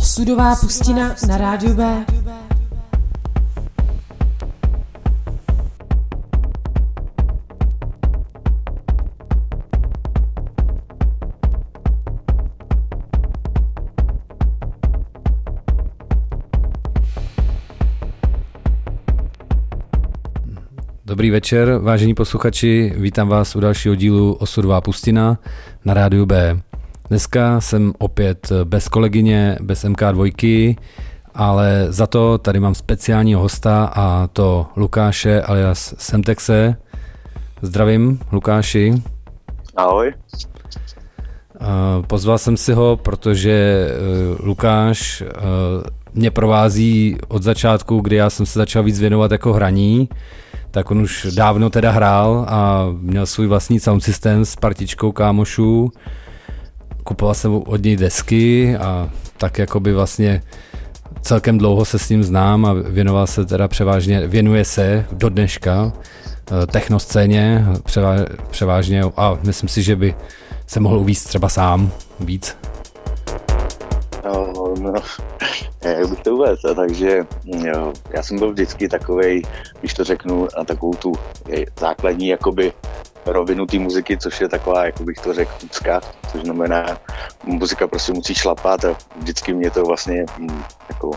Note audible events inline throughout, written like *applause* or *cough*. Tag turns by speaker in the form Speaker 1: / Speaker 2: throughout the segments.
Speaker 1: Sudová pustina na rádiu B.
Speaker 2: Dobrý večer, vážení posluchači, vítám vás u dalšího dílu Osudová pustina na rádiu B. Dneska jsem opět bez kolegyně, bez MK2, ale za to tady mám speciálního hosta a to Lukáše alias Semtexe. Zdravím, Lukáši.
Speaker 3: Ahoj.
Speaker 2: Eh, Pozval jsem si ho, protože eh, Lukáš eh, mě provází od začátku, kdy já jsem se začal víc věnovat jako hraní, tak on už dávno teda hrál a měl svůj vlastní sound systém s partičkou kámošů. Kupoval jsem od něj desky a tak jako by vlastně celkem dlouho se s ním znám a věnoval se teda převážně, věnuje se do dneška eh, technoscéně převá, převážně a myslím si, že by se mohl uvíct třeba sám víc.
Speaker 3: No, *laughs* no, jak bych to uvedl, takže mm, jo, já jsem byl vždycky takovej, když to řeknu, na takovou tu eh, základní jakoby rovinu té muziky, což je taková, jak bych to řekl, tucka, což znamená, muzika prostě musí šlapat a vždycky mě to vlastně mm, jako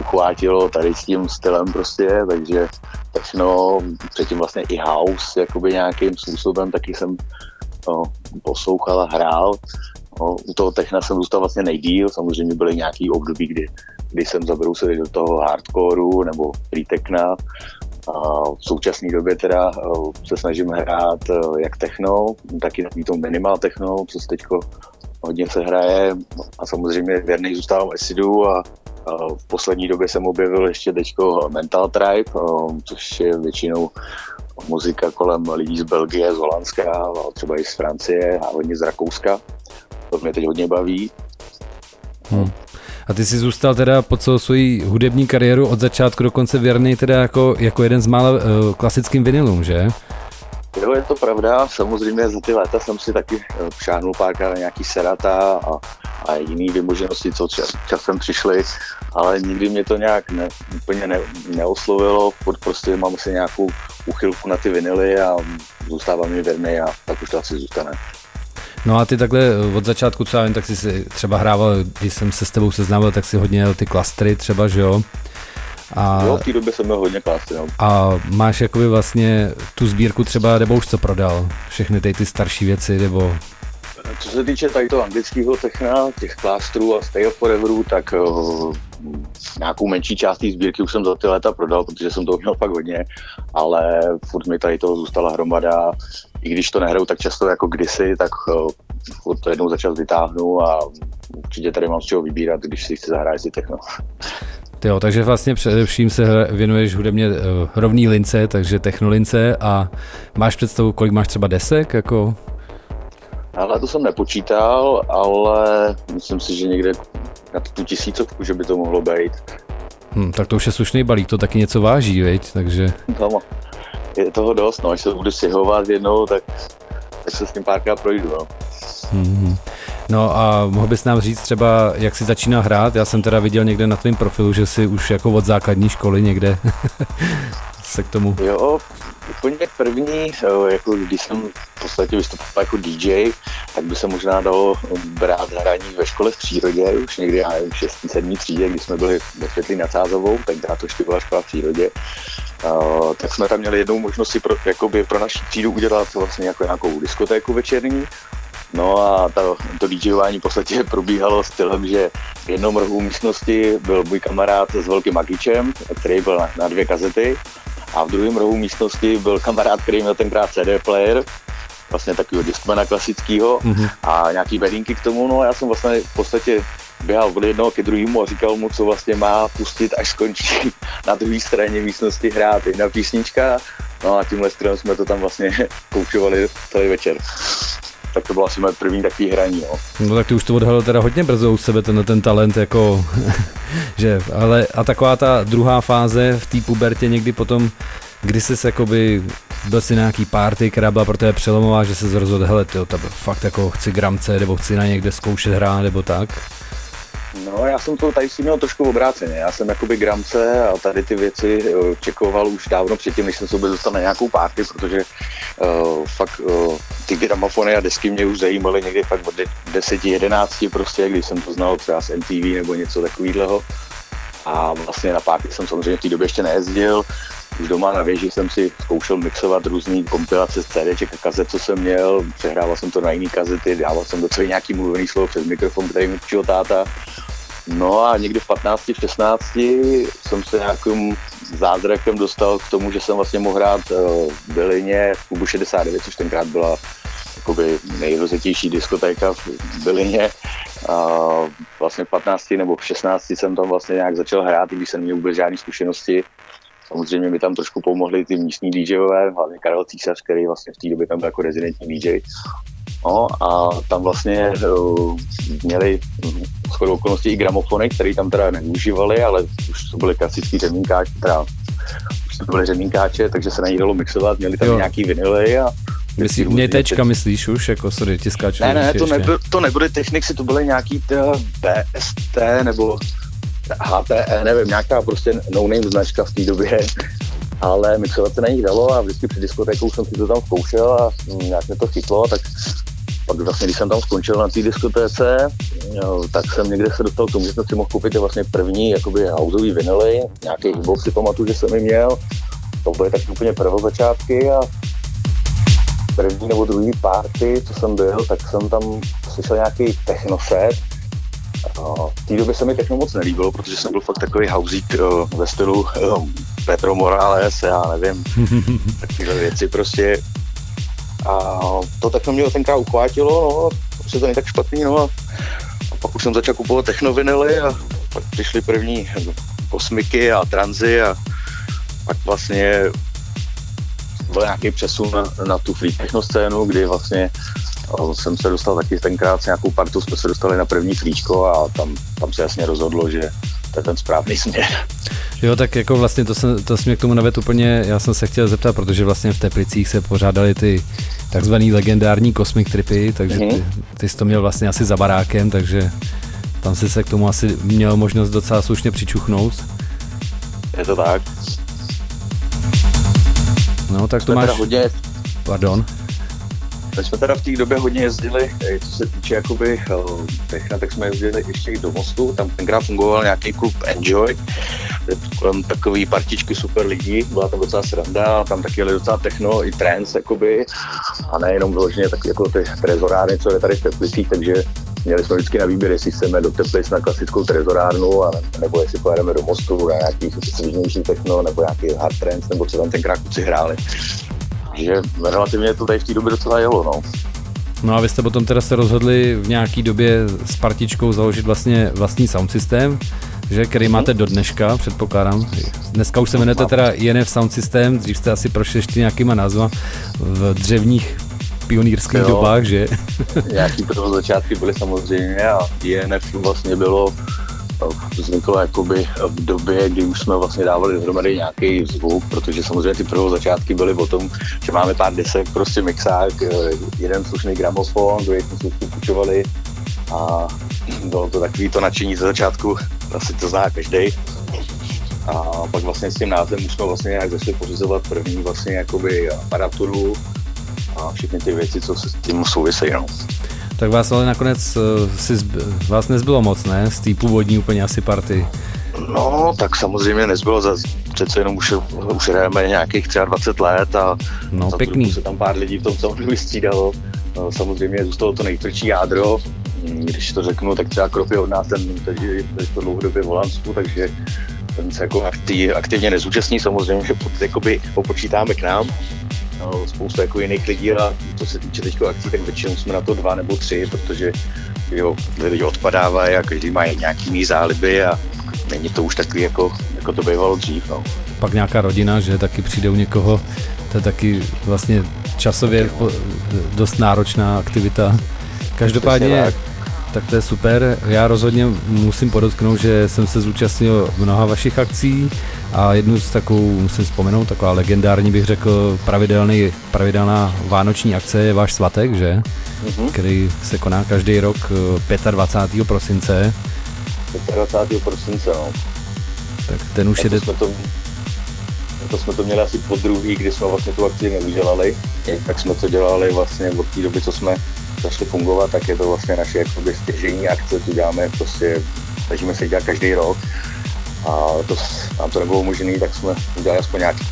Speaker 3: uchvátilo tady s tím stylem prostě, takže techno, předtím vlastně i house, jakoby nějakým způsobem, taky jsem no, poslouchal a hrál. No, u toho techna jsem zůstal vlastně nejdíl, samozřejmě byly nějaký období, kdy, kdy jsem zabrousil do toho hardcoreu nebo free techna. A v současné době teda eh, se snažím hrát eh, jak techno, tak i takový to minimal techno, co se teďko hodně se hraje a samozřejmě věrný zůstávám Acidu a a v poslední době jsem objevil ještě teďko Mental Tribe, eh, což je většinou muzika kolem lidí z Belgie, z Holandska, a třeba i z Francie a hodně z Rakouska. To mě teď hodně baví.
Speaker 2: A ty jsi zůstal teda po celou svoji hudební kariéru od začátku do konce věrný teda jako, jako jeden z mála uh, klasickým vinilům, že?
Speaker 3: Jo, je to pravda, samozřejmě za ty léta jsem si taky eh, šáhnul párkrát na nějaký serata a, a jiný vymoženosti, co ča- časem přišly, ale nikdy mě to nějak ne, úplně ne, neoslovilo, pod- prostě mám si nějakou uchylku na ty vinily a zůstávám mi věrný a tak už to asi zůstane.
Speaker 2: No a ty takhle eh, od začátku, co já vím, tak jsi si třeba hrával, když jsem se s tebou seznámil, tak si hodně jel ty klastry třeba, že jo? A,
Speaker 3: Jo, v té době jsem měl hodně klásy, no.
Speaker 2: a máš jakoby vlastně tu sbírku třeba, nebo už co prodal? Všechny ty, ty starší věci, nebo...
Speaker 3: Co se týče tady toho anglického techna, těch klástrů a Stay of Foreverů, tak uh, nějakou menší část té sbírky už jsem za ty léta prodal, protože jsem toho měl pak hodně, ale furt mi tady toho zůstala hromada. I když to nehraju tak často jako kdysi, tak uh, furt to jednou za čas vytáhnu a určitě tady mám z čeho vybírat, když si chci zahrát si techno.
Speaker 2: Ty jo, takže vlastně především se hra- věnuješ hudebně eh, rovný lince, takže technolince a máš představu, kolik máš třeba desek, jako...
Speaker 3: Ale to jsem nepočítal, ale myslím si, že někde na tu tisícovku, že by to mohlo být.
Speaker 2: Hm, tak to už je slušný balík, to taky něco váží, viď? takže
Speaker 3: Tam je toho dost, no, až se budu stěhovat jednou, tak, tak se s tím párkrát projdu, no.
Speaker 2: mhm. No a mohl bys nám říct třeba, jak jsi začínal hrát? Já jsem teda viděl někde na tvém profilu, že jsi už jako od základní školy někde *laughs* se k tomu...
Speaker 3: Jo, úplně první, jo, jako když jsem v podstatě vystupoval jako DJ, tak by se možná dalo brát hraní ve škole v přírodě, už někdy, já nevím, v 6. 7. třídě, když jsme byli ve Světlí nad Sázovou, tenkrát to ještě byla škola v přírodě, Uh, tak jsme tam měli jednou možnost si pro, jakoby pro naši třídu udělat vlastně jako nějakou diskotéku večerní, No a ta, to DJování v podstatě *laughs* probíhalo stylem, že v jednom rohu místnosti byl můj kamarád s velkým magičem, který byl na, na dvě kazety, a v druhém rohu místnosti byl kamarád, který měl tenkrát CD player, vlastně takového diskmana klasického
Speaker 2: Mhm.
Speaker 3: a nějaký bedinky k tomu, no a já jsem vlastně v podstatě běhal od jednoho ke druhému a říkal mu, co vlastně má pustit, až skončí na druhé straně místnosti hrát jedna písnička. No a tímhle stylem jsme to tam vlastně *laughs* koučovali celý večer. Tak to bylo asi moje první takový hraní, no.
Speaker 2: No tak ty už to odhalil teda hodně brzo u sebe, ten, ten talent, jako, *laughs* že, ale a taková ta druhá fáze v té pubertě někdy potom, kdy jsi jakoby, byl si na nějaký party, která byla pro tebe přelomová, že se rozhodl, hele, tyjo, to fakt jako chci gramce, nebo chci na někde zkoušet hrát, nebo tak.
Speaker 3: No, já jsem to tady si měl trošku obráceně. Já jsem jakoby gramce a tady ty věci eh, čekoval už dávno předtím, než jsem se vůbec dostal na nějakou párty, protože uh, fakt uh, ty gramofony a desky mě už zajímaly někdy fakt od de- 10, 11 prostě, když jsem to znal třeba z MTV nebo něco takového. A vlastně na párty jsem samozřejmě v té době ještě nejezdil. Už doma na věži jsem si zkoušel mixovat různé kompilace z CDček a kazet, co jsem měl. Přehrával jsem to na jiný kazety, dával jsem do toho nějaký mluvený slovo přes mikrofon, který mi učil táta. No a někdy v 15, v 16 jsem se nějakým zázrakem dostal k tomu, že jsem vlastně mohl hrát eh, v Bylině v klubu 69, což tenkrát byla jakoby nejrozitější diskotéka v Bylině. A vlastně v 15 nebo v 16 jsem tam vlastně nějak začal hrát, i když jsem neměl vůbec žádné zkušenosti. Samozřejmě mi tam trošku pomohli ty místní DJové, hlavně Karel Císař, který vlastně v té době tam byl jako rezidentní DJ. No a tam vlastně uh, měli shodou okolností i gramofony, které tam teda neužívali, ale už to byly klasický řemínkáče, teda už to byly řemínkáče, takže se na ní dalo mixovat, měli tam
Speaker 2: Jo.
Speaker 3: jo. nějaký vinily a
Speaker 2: Myslí, mě tečka myslíš už, jako sorry, tiskáč.
Speaker 3: ne, ne, to, nebyl, to nebyly Technicsy, to byly nějaký eh, ta BST nebo HTE, nevím, nějaká prostě no-name značka v té době. Ale mixovat se na nich dalo a vždycky před diskotékou jsem si to tam zkoušel a mm, nějak mě to chytlo, tak pak vlastně, když jsem tam skončil na té diskotéce, jo, tak jsem někde se dostal k tomu, že jsem si mohl koupit ty vlastně první jakoby houseový vinily, nějaký hip si pamatuju, že jsem je měl. To byly tak úplně prvozačátky a první nebo druhý party, co jsem byl, tak jsem tam slyšel nějaký technoset. A V té době se mi techno moc nelíbilo, protože jsem byl fakt takový hauzík eh, ve stylu eh, Petro Morales, já nevím, takové věci prostě. A to techno mě tenkrát uchvátilo, no, se to není tak špatný, no a pak už jsem začal kupovat technovinily a pak přišly první kosmiky a tranzy a pak vlastně byl nějaký přesun na, na tu free techno scénu, kdy vlastně o, jsem se dostal taky tenkrát s nějakou partou, jsme se dostali na první flíčko a tam, tam se jasně rozhodlo, že to je ten správný směr. *laughs*
Speaker 2: Jo, tak jako vlastně to, jsem, to jsi mě k tomu navedl úplně, já jsem se chtěl zeptat, protože vlastně v Teplicích se pořádali ty takzvaný legendární Cosmic Tripy, takže ty, ty jsi to měl vlastně asi za barákem, takže tam jsi se k tomu asi měl možnost docela slušně přičuchnout.
Speaker 3: Je to tak.
Speaker 2: No, tak to
Speaker 3: Jsme
Speaker 2: máš,
Speaker 3: teda hodně,
Speaker 2: pardon.
Speaker 3: my jsme teda v té době hodně jezdili, eh, co se týče jakoby eh, techna, tak jsme jezdili ještě i do Mostu, tam tenkrát fungoval nějaký klub Enjoy, kde kolem takový partičky super lidí, byla tam docela sranda, tam taky jeli docela techno i trance, jakoby, a nejenom vyloženě tak jako ty trezorárny, co je tady v Teplicích, takže měli jsme vždycky na výběr, jestli chceme do Teplic na klasickou trezorárnu, a, nebo jestli pojedeme do Mostu na nějaký svížnější techno, nebo nějaký hard trance, nebo co tam tenkrát kluci hráli. Takže relativně to tady v té době docela jelo, no.
Speaker 2: No a vy jste potom teda se rozhodli v nějaký době s partičkou založit vlastně vlastní sound systém, že, který máte do dneška, předpokládám. Dneska už se jmenujete teda INF Sound System, dřív jste asi prošli ještě nějakýma názva v dřevních pionýrských
Speaker 3: Jo.
Speaker 2: dobách, že?
Speaker 3: Nějaký prvo začátky byly samozřejmě a INF vlastně bylo eh, vzniklo jakoby v době, kdy už jsme vlastně dávali dohromady nějaký zvuk, protože samozřejmě ty prvo začátky byly o tom, že máme pár desek, prostě mixák, eh, jeden slušný gramofon, druhý jsme si půjčovali a bylo to takový to nadšení ze začátku, asi to zná každý. A pak vlastně s tím názvem už jsme vlastně nějak začali pořizovat první vlastně jakoby aparaturu a všechny ty věci, co se s tím souvisejí. No.
Speaker 2: Tak vás ale nakonec eh, si zb- vás nezbylo moc, ne? Z té původní úplně asi party.
Speaker 3: No, tak samozřejmě nezbylo za přece jenom už, už hrajeme nějakých třeba 20 let a
Speaker 2: No,
Speaker 3: za tu
Speaker 2: pěkný.
Speaker 3: dobu se tam pár lidí v tom soundu vystřídalo. No, Samozřejmě zůstalo to nejtvrdší jádro, Mm, když to řeknu, tak třeba Krop je od nás ten, takže to dlouhodobě v Holandsku, takže ten se jako aktiv, aktivně nezúčastní, samozřejmě, že pod, jakoby opočítáme k nám, no, spousta jako jiných lidí a co se týče teď akcí, tak většinou jsme na to dva nebo tři, protože jo, lidi odpadávají a každý má nějaký jiný záliby a není to už takový, jako, jako to bývalo dřív. No.
Speaker 2: Pak nějaká rodina, že taky přijde u někoho, to je taky vlastně časově po- dost náročná aktivita. Každopádně,
Speaker 3: Přesně
Speaker 2: tak to je super. Já rozhodně musím podotknout, že jsem se zúčastnil mnoha vašich akcí a jednu z takovou, musím vzpomenout, taková legendární bych řekl, pravidelný, pravidelná vánoční akce je váš svatek,
Speaker 3: Mhm.
Speaker 2: že? Mm-hmm. Který se koná každý rok eh, 25. prosince.
Speaker 3: 25. prosince, no.
Speaker 2: Tak ten už
Speaker 3: Na to
Speaker 2: jede,
Speaker 3: Jako jsme to, na to jsme to měli asi po druhý, kdy jsme vlastně tu akci neudělali, tak jsme to dělali vlastně od té doby, co jsme začali fungovat, tak je to vlastně naše jakoby stěžení akce, tu děláme prostě, snažíme se ji dělat každý rok a to s- nám to nebylo možné, tak jsme udělali aspoň nějaký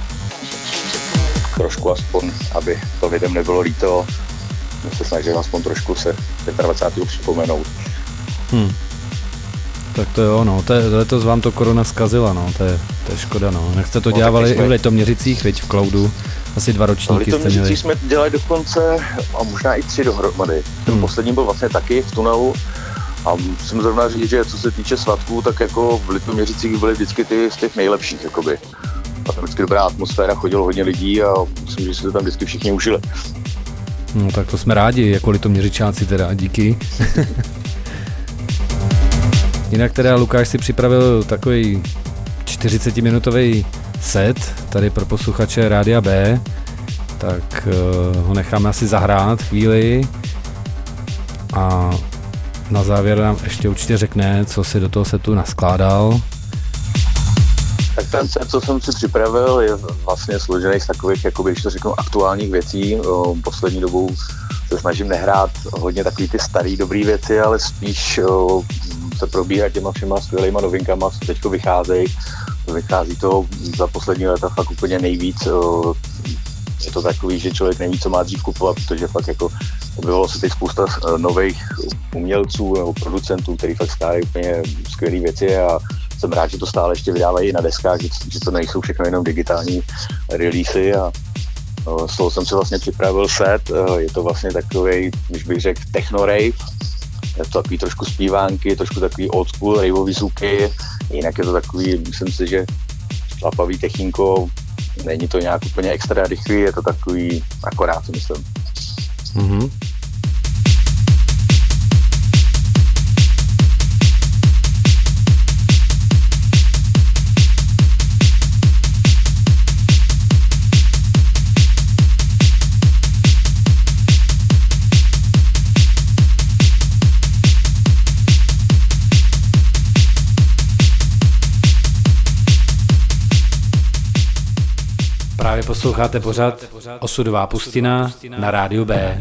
Speaker 3: trošku aspoň, aby to lidem nebylo líto, my se snažili aspoň trošku se 25. připomenout.
Speaker 2: tak to jo, no, to je, letos vám to korona zkazila, no, to je, to je škoda, no. Nechce to
Speaker 3: No, tak No,
Speaker 2: dělávali
Speaker 3: nejsme-
Speaker 2: i v Litoměřicích, viď, v Cloudu, asi dva ročníky
Speaker 3: to
Speaker 2: jste měli.
Speaker 3: měli. jsme dělali dokonce a možná i tři dohromady. Ten
Speaker 2: Hmm.
Speaker 3: hmm. poslední byl vlastně taky v tunelu. A musím zrovna říct, že co se týče svatků, tak jako v Litoměřicích byly vždycky ty z těch nejlepších, jakoby. A tam vždycky dobrá atmosféra, chodilo hodně lidí a myslím, že se to tam vždycky všichni užili.
Speaker 2: No, tak to jsme rádi, jako Litoměřičáci teda, *laughs* díky. Jinak teda Lukáš si připravil takový 40-minutový set tady pro posluchače Rádia B, tak eh, ho necháme asi zahrát chvíli a na závěr nám ještě určitě řekne, co si do toho setu naskládal.
Speaker 3: Tak ten set, co jsem si připravil, je vlastně složený z takových, jakoby, když to řeknu, aktuálních věcí. O, Poslední dobou se snažím nehrát hodně takový ty starý dobrý věci, ale spíš o, se probíhat těma všema skvělýma novinkama, co teď vycházejí. Vychází to za poslední léta fakt úplně nejvíc. o, Je to takový, že člověk neví, co má dřív kupovat, protože fakt jako objevilo se teď spousta eh, nových umělců nebo producentů, který fakt stále úplně skvělé věci a jsem rád, že to stále ještě vydávají i na deskách, že, že to nejsou všechno jenom digitální releasy a eh, z toho jsem si vlastně připravil set, eh, je to vlastně takový, když bych řekl, techno rave, je to takový trošku zpívánky, trošku takový old school, raveový zvuky, jinak je to takový, myslím si, že šlapavý techínko, není to nějak úplně extra rychlý, je to takový akorát, si myslím.
Speaker 2: Mm-hmm. Právě posloucháte pořad Osudová pustina na rádiu B.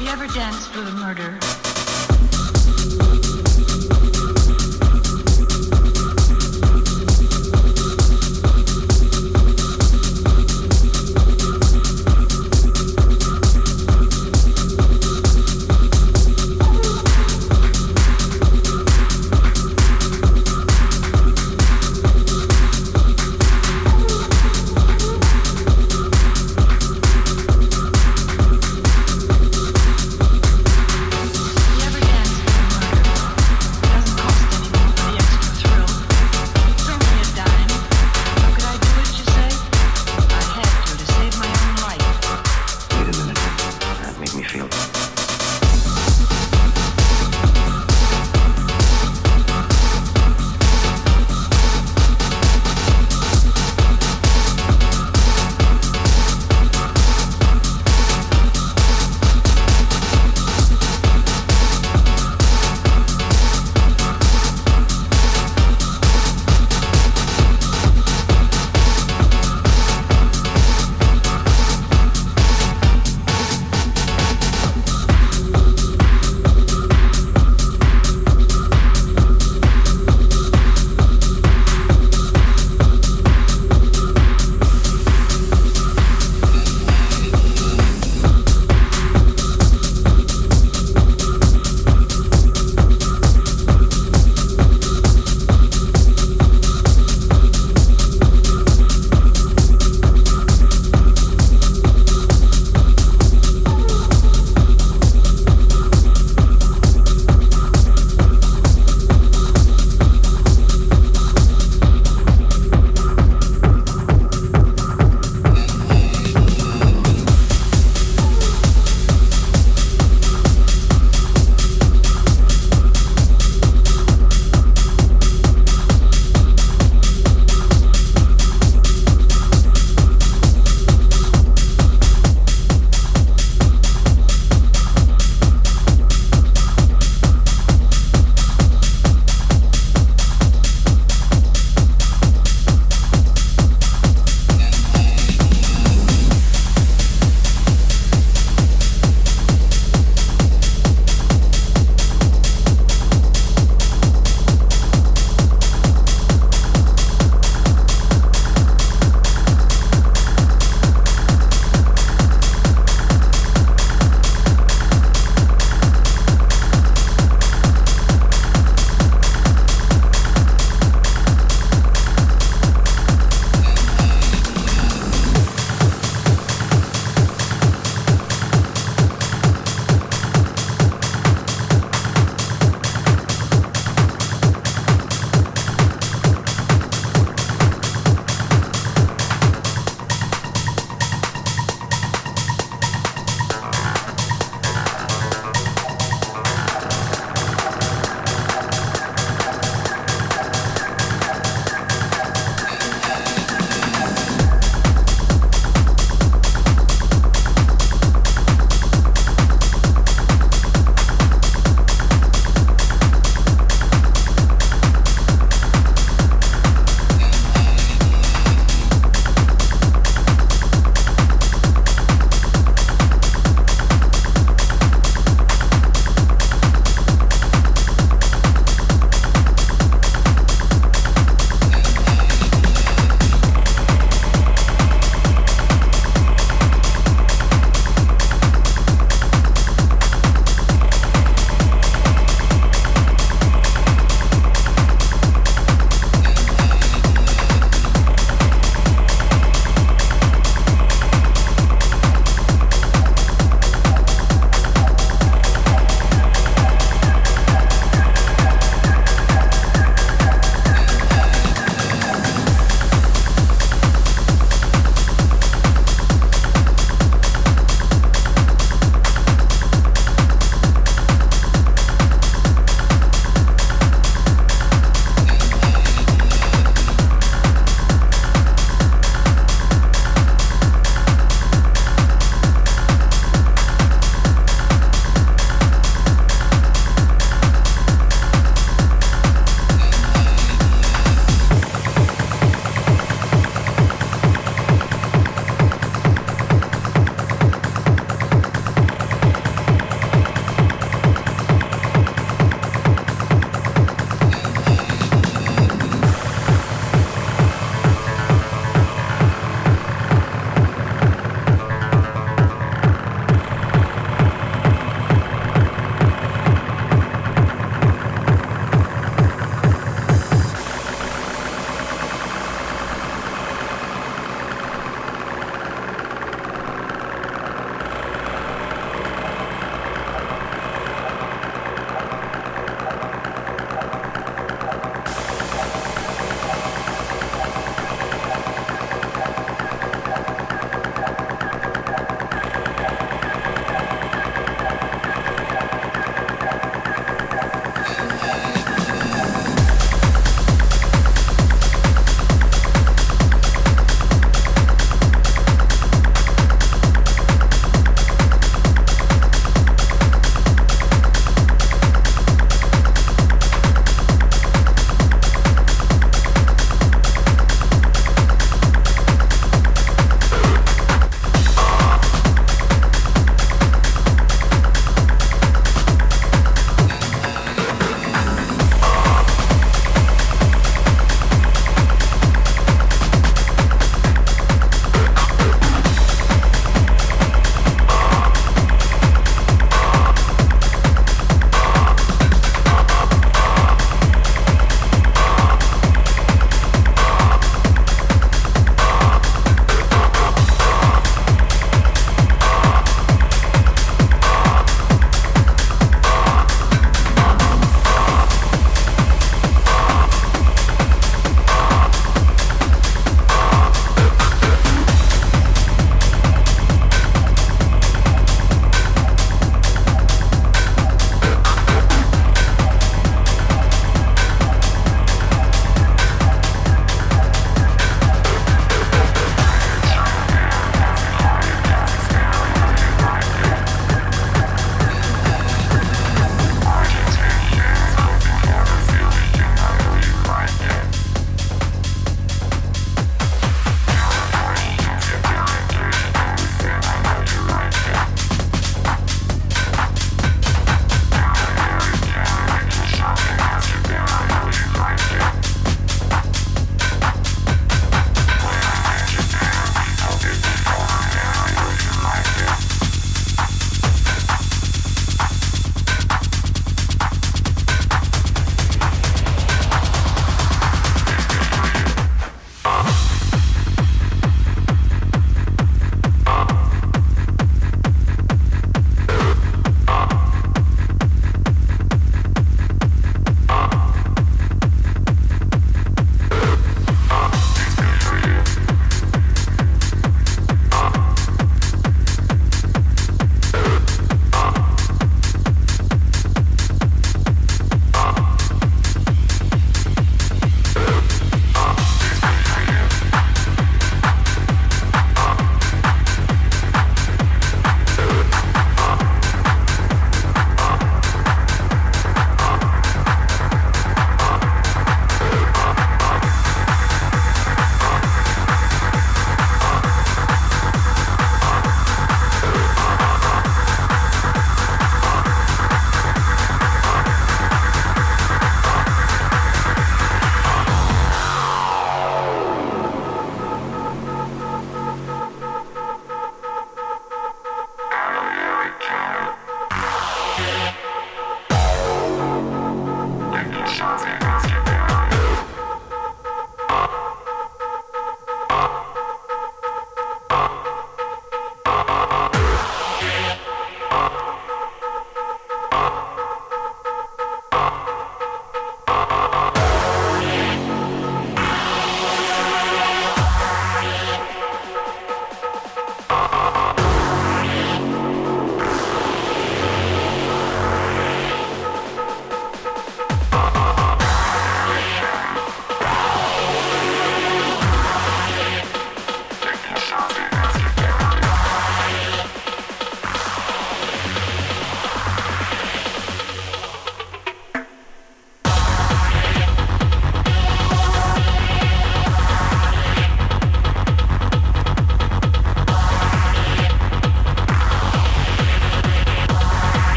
Speaker 4: you ever danced with a murderer?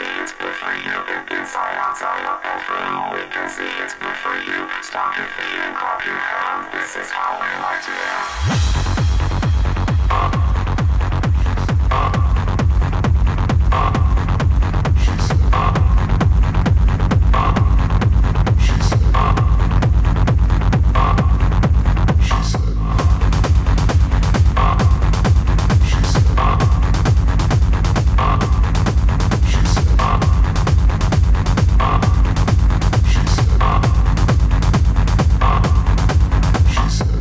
Speaker 5: music inside, outside of every all we can see it's good for you. Stomp your feet and clap your hands. This is how we like to dance.
Speaker 6: She said,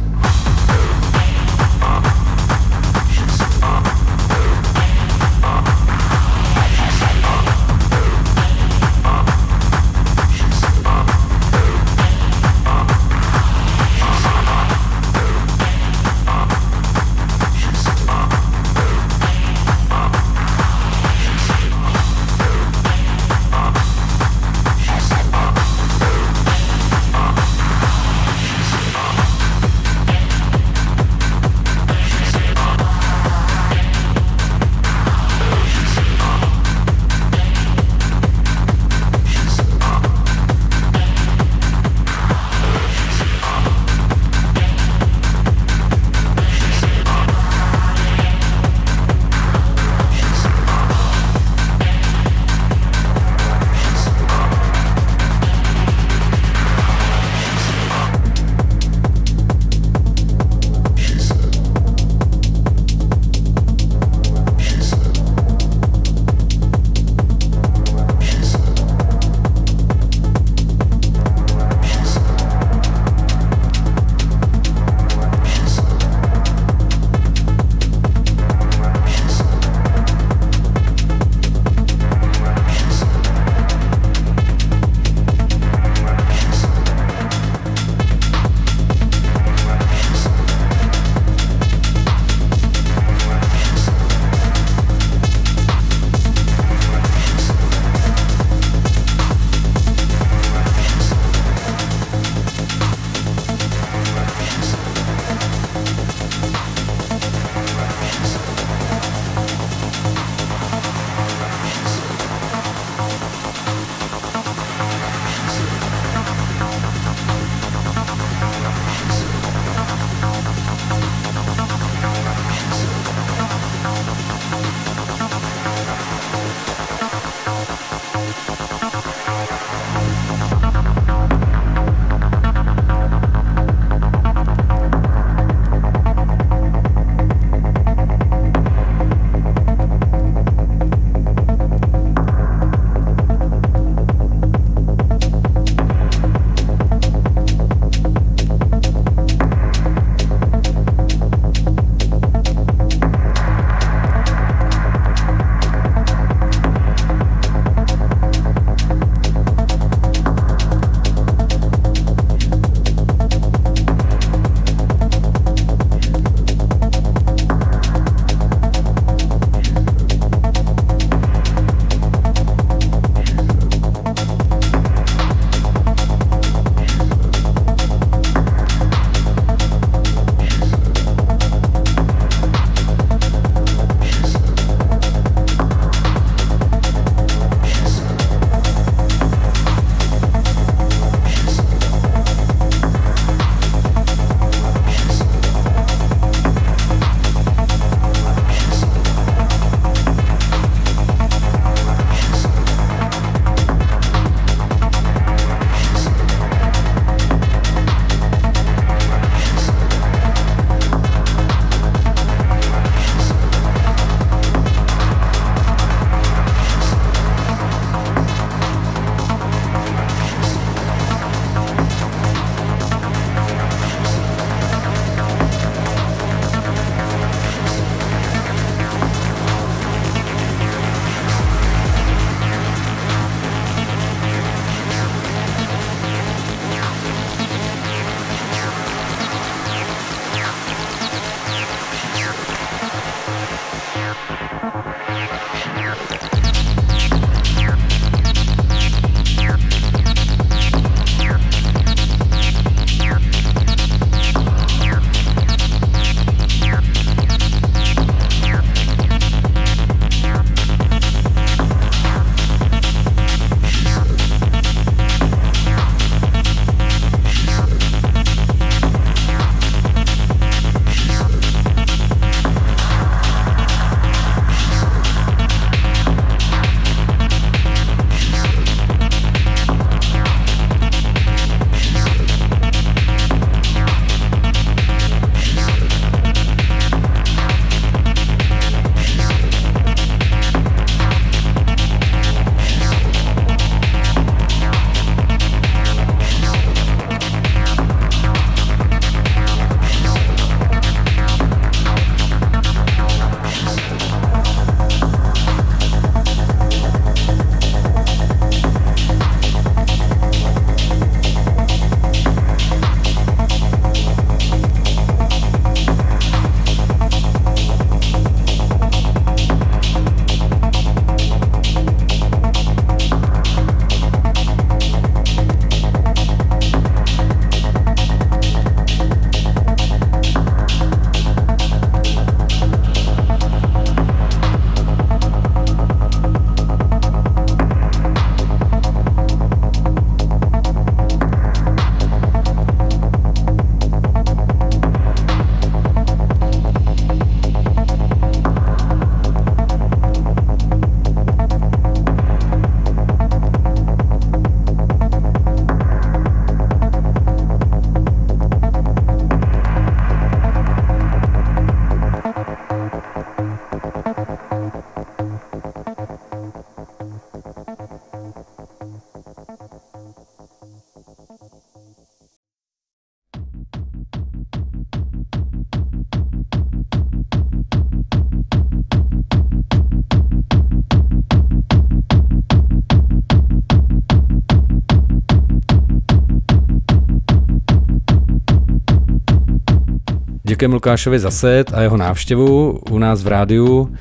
Speaker 2: Děkujeme Lukášovi za set a jeho návštěvu u nás v rádiu.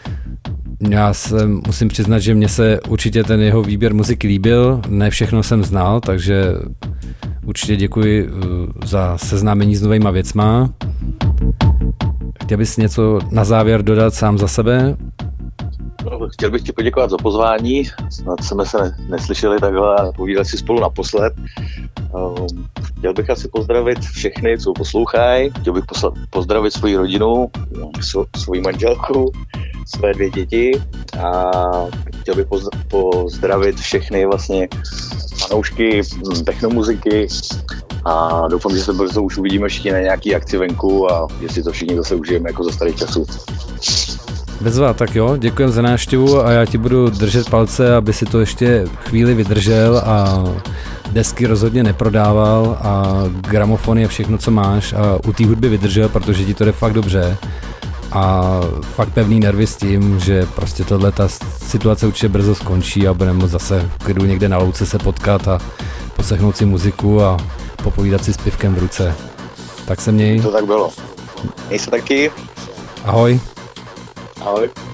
Speaker 2: Já se musím přiznat, že mně se určitě ten jeho výběr muziky líbil, ne všechno jsem znal, takže určitě děkuji uh, za seznámení s novýma věcma. Chtěl bys něco na závěr dodat sám za sebe?
Speaker 3: No, chtěl bych ti poděkovat za pozvání, snad jsme se neslyšeli takhle a povídali si spolu naposled. Um, Chtěl bych asi pozdravit všechny, co poslouchají. Chtěl bych posla- pozdravit svoji rodinu, so- svoji manželku, své dvě děti a chtěl bych poz- pozdravit všechny vlastně fanoušky mm, technomuziky a doufám, že se brzo už uvidíme všichni na nějaký akci venku a jestli to všichni zase užijeme jako za starých časů.
Speaker 2: Bezva, tak jo, děkujeme za návštěvu a já ti budu držet palce, aby si to ještě chvíli vydržel a desky rozhodně neprodával a gramofony a všechno, co máš a u té hudby vydržel, protože ti to jde fakt dobře a fakt pevný nervy s tím, že prostě tohle ta situace určitě brzo skončí a budeme moct zase v klidu někde na louce se potkat a poslechnout si muziku a popovídat si s pivkem v ruce. Tak se měj,
Speaker 3: To tak bylo. Měj se taky,
Speaker 2: ahoj.
Speaker 3: ahoj.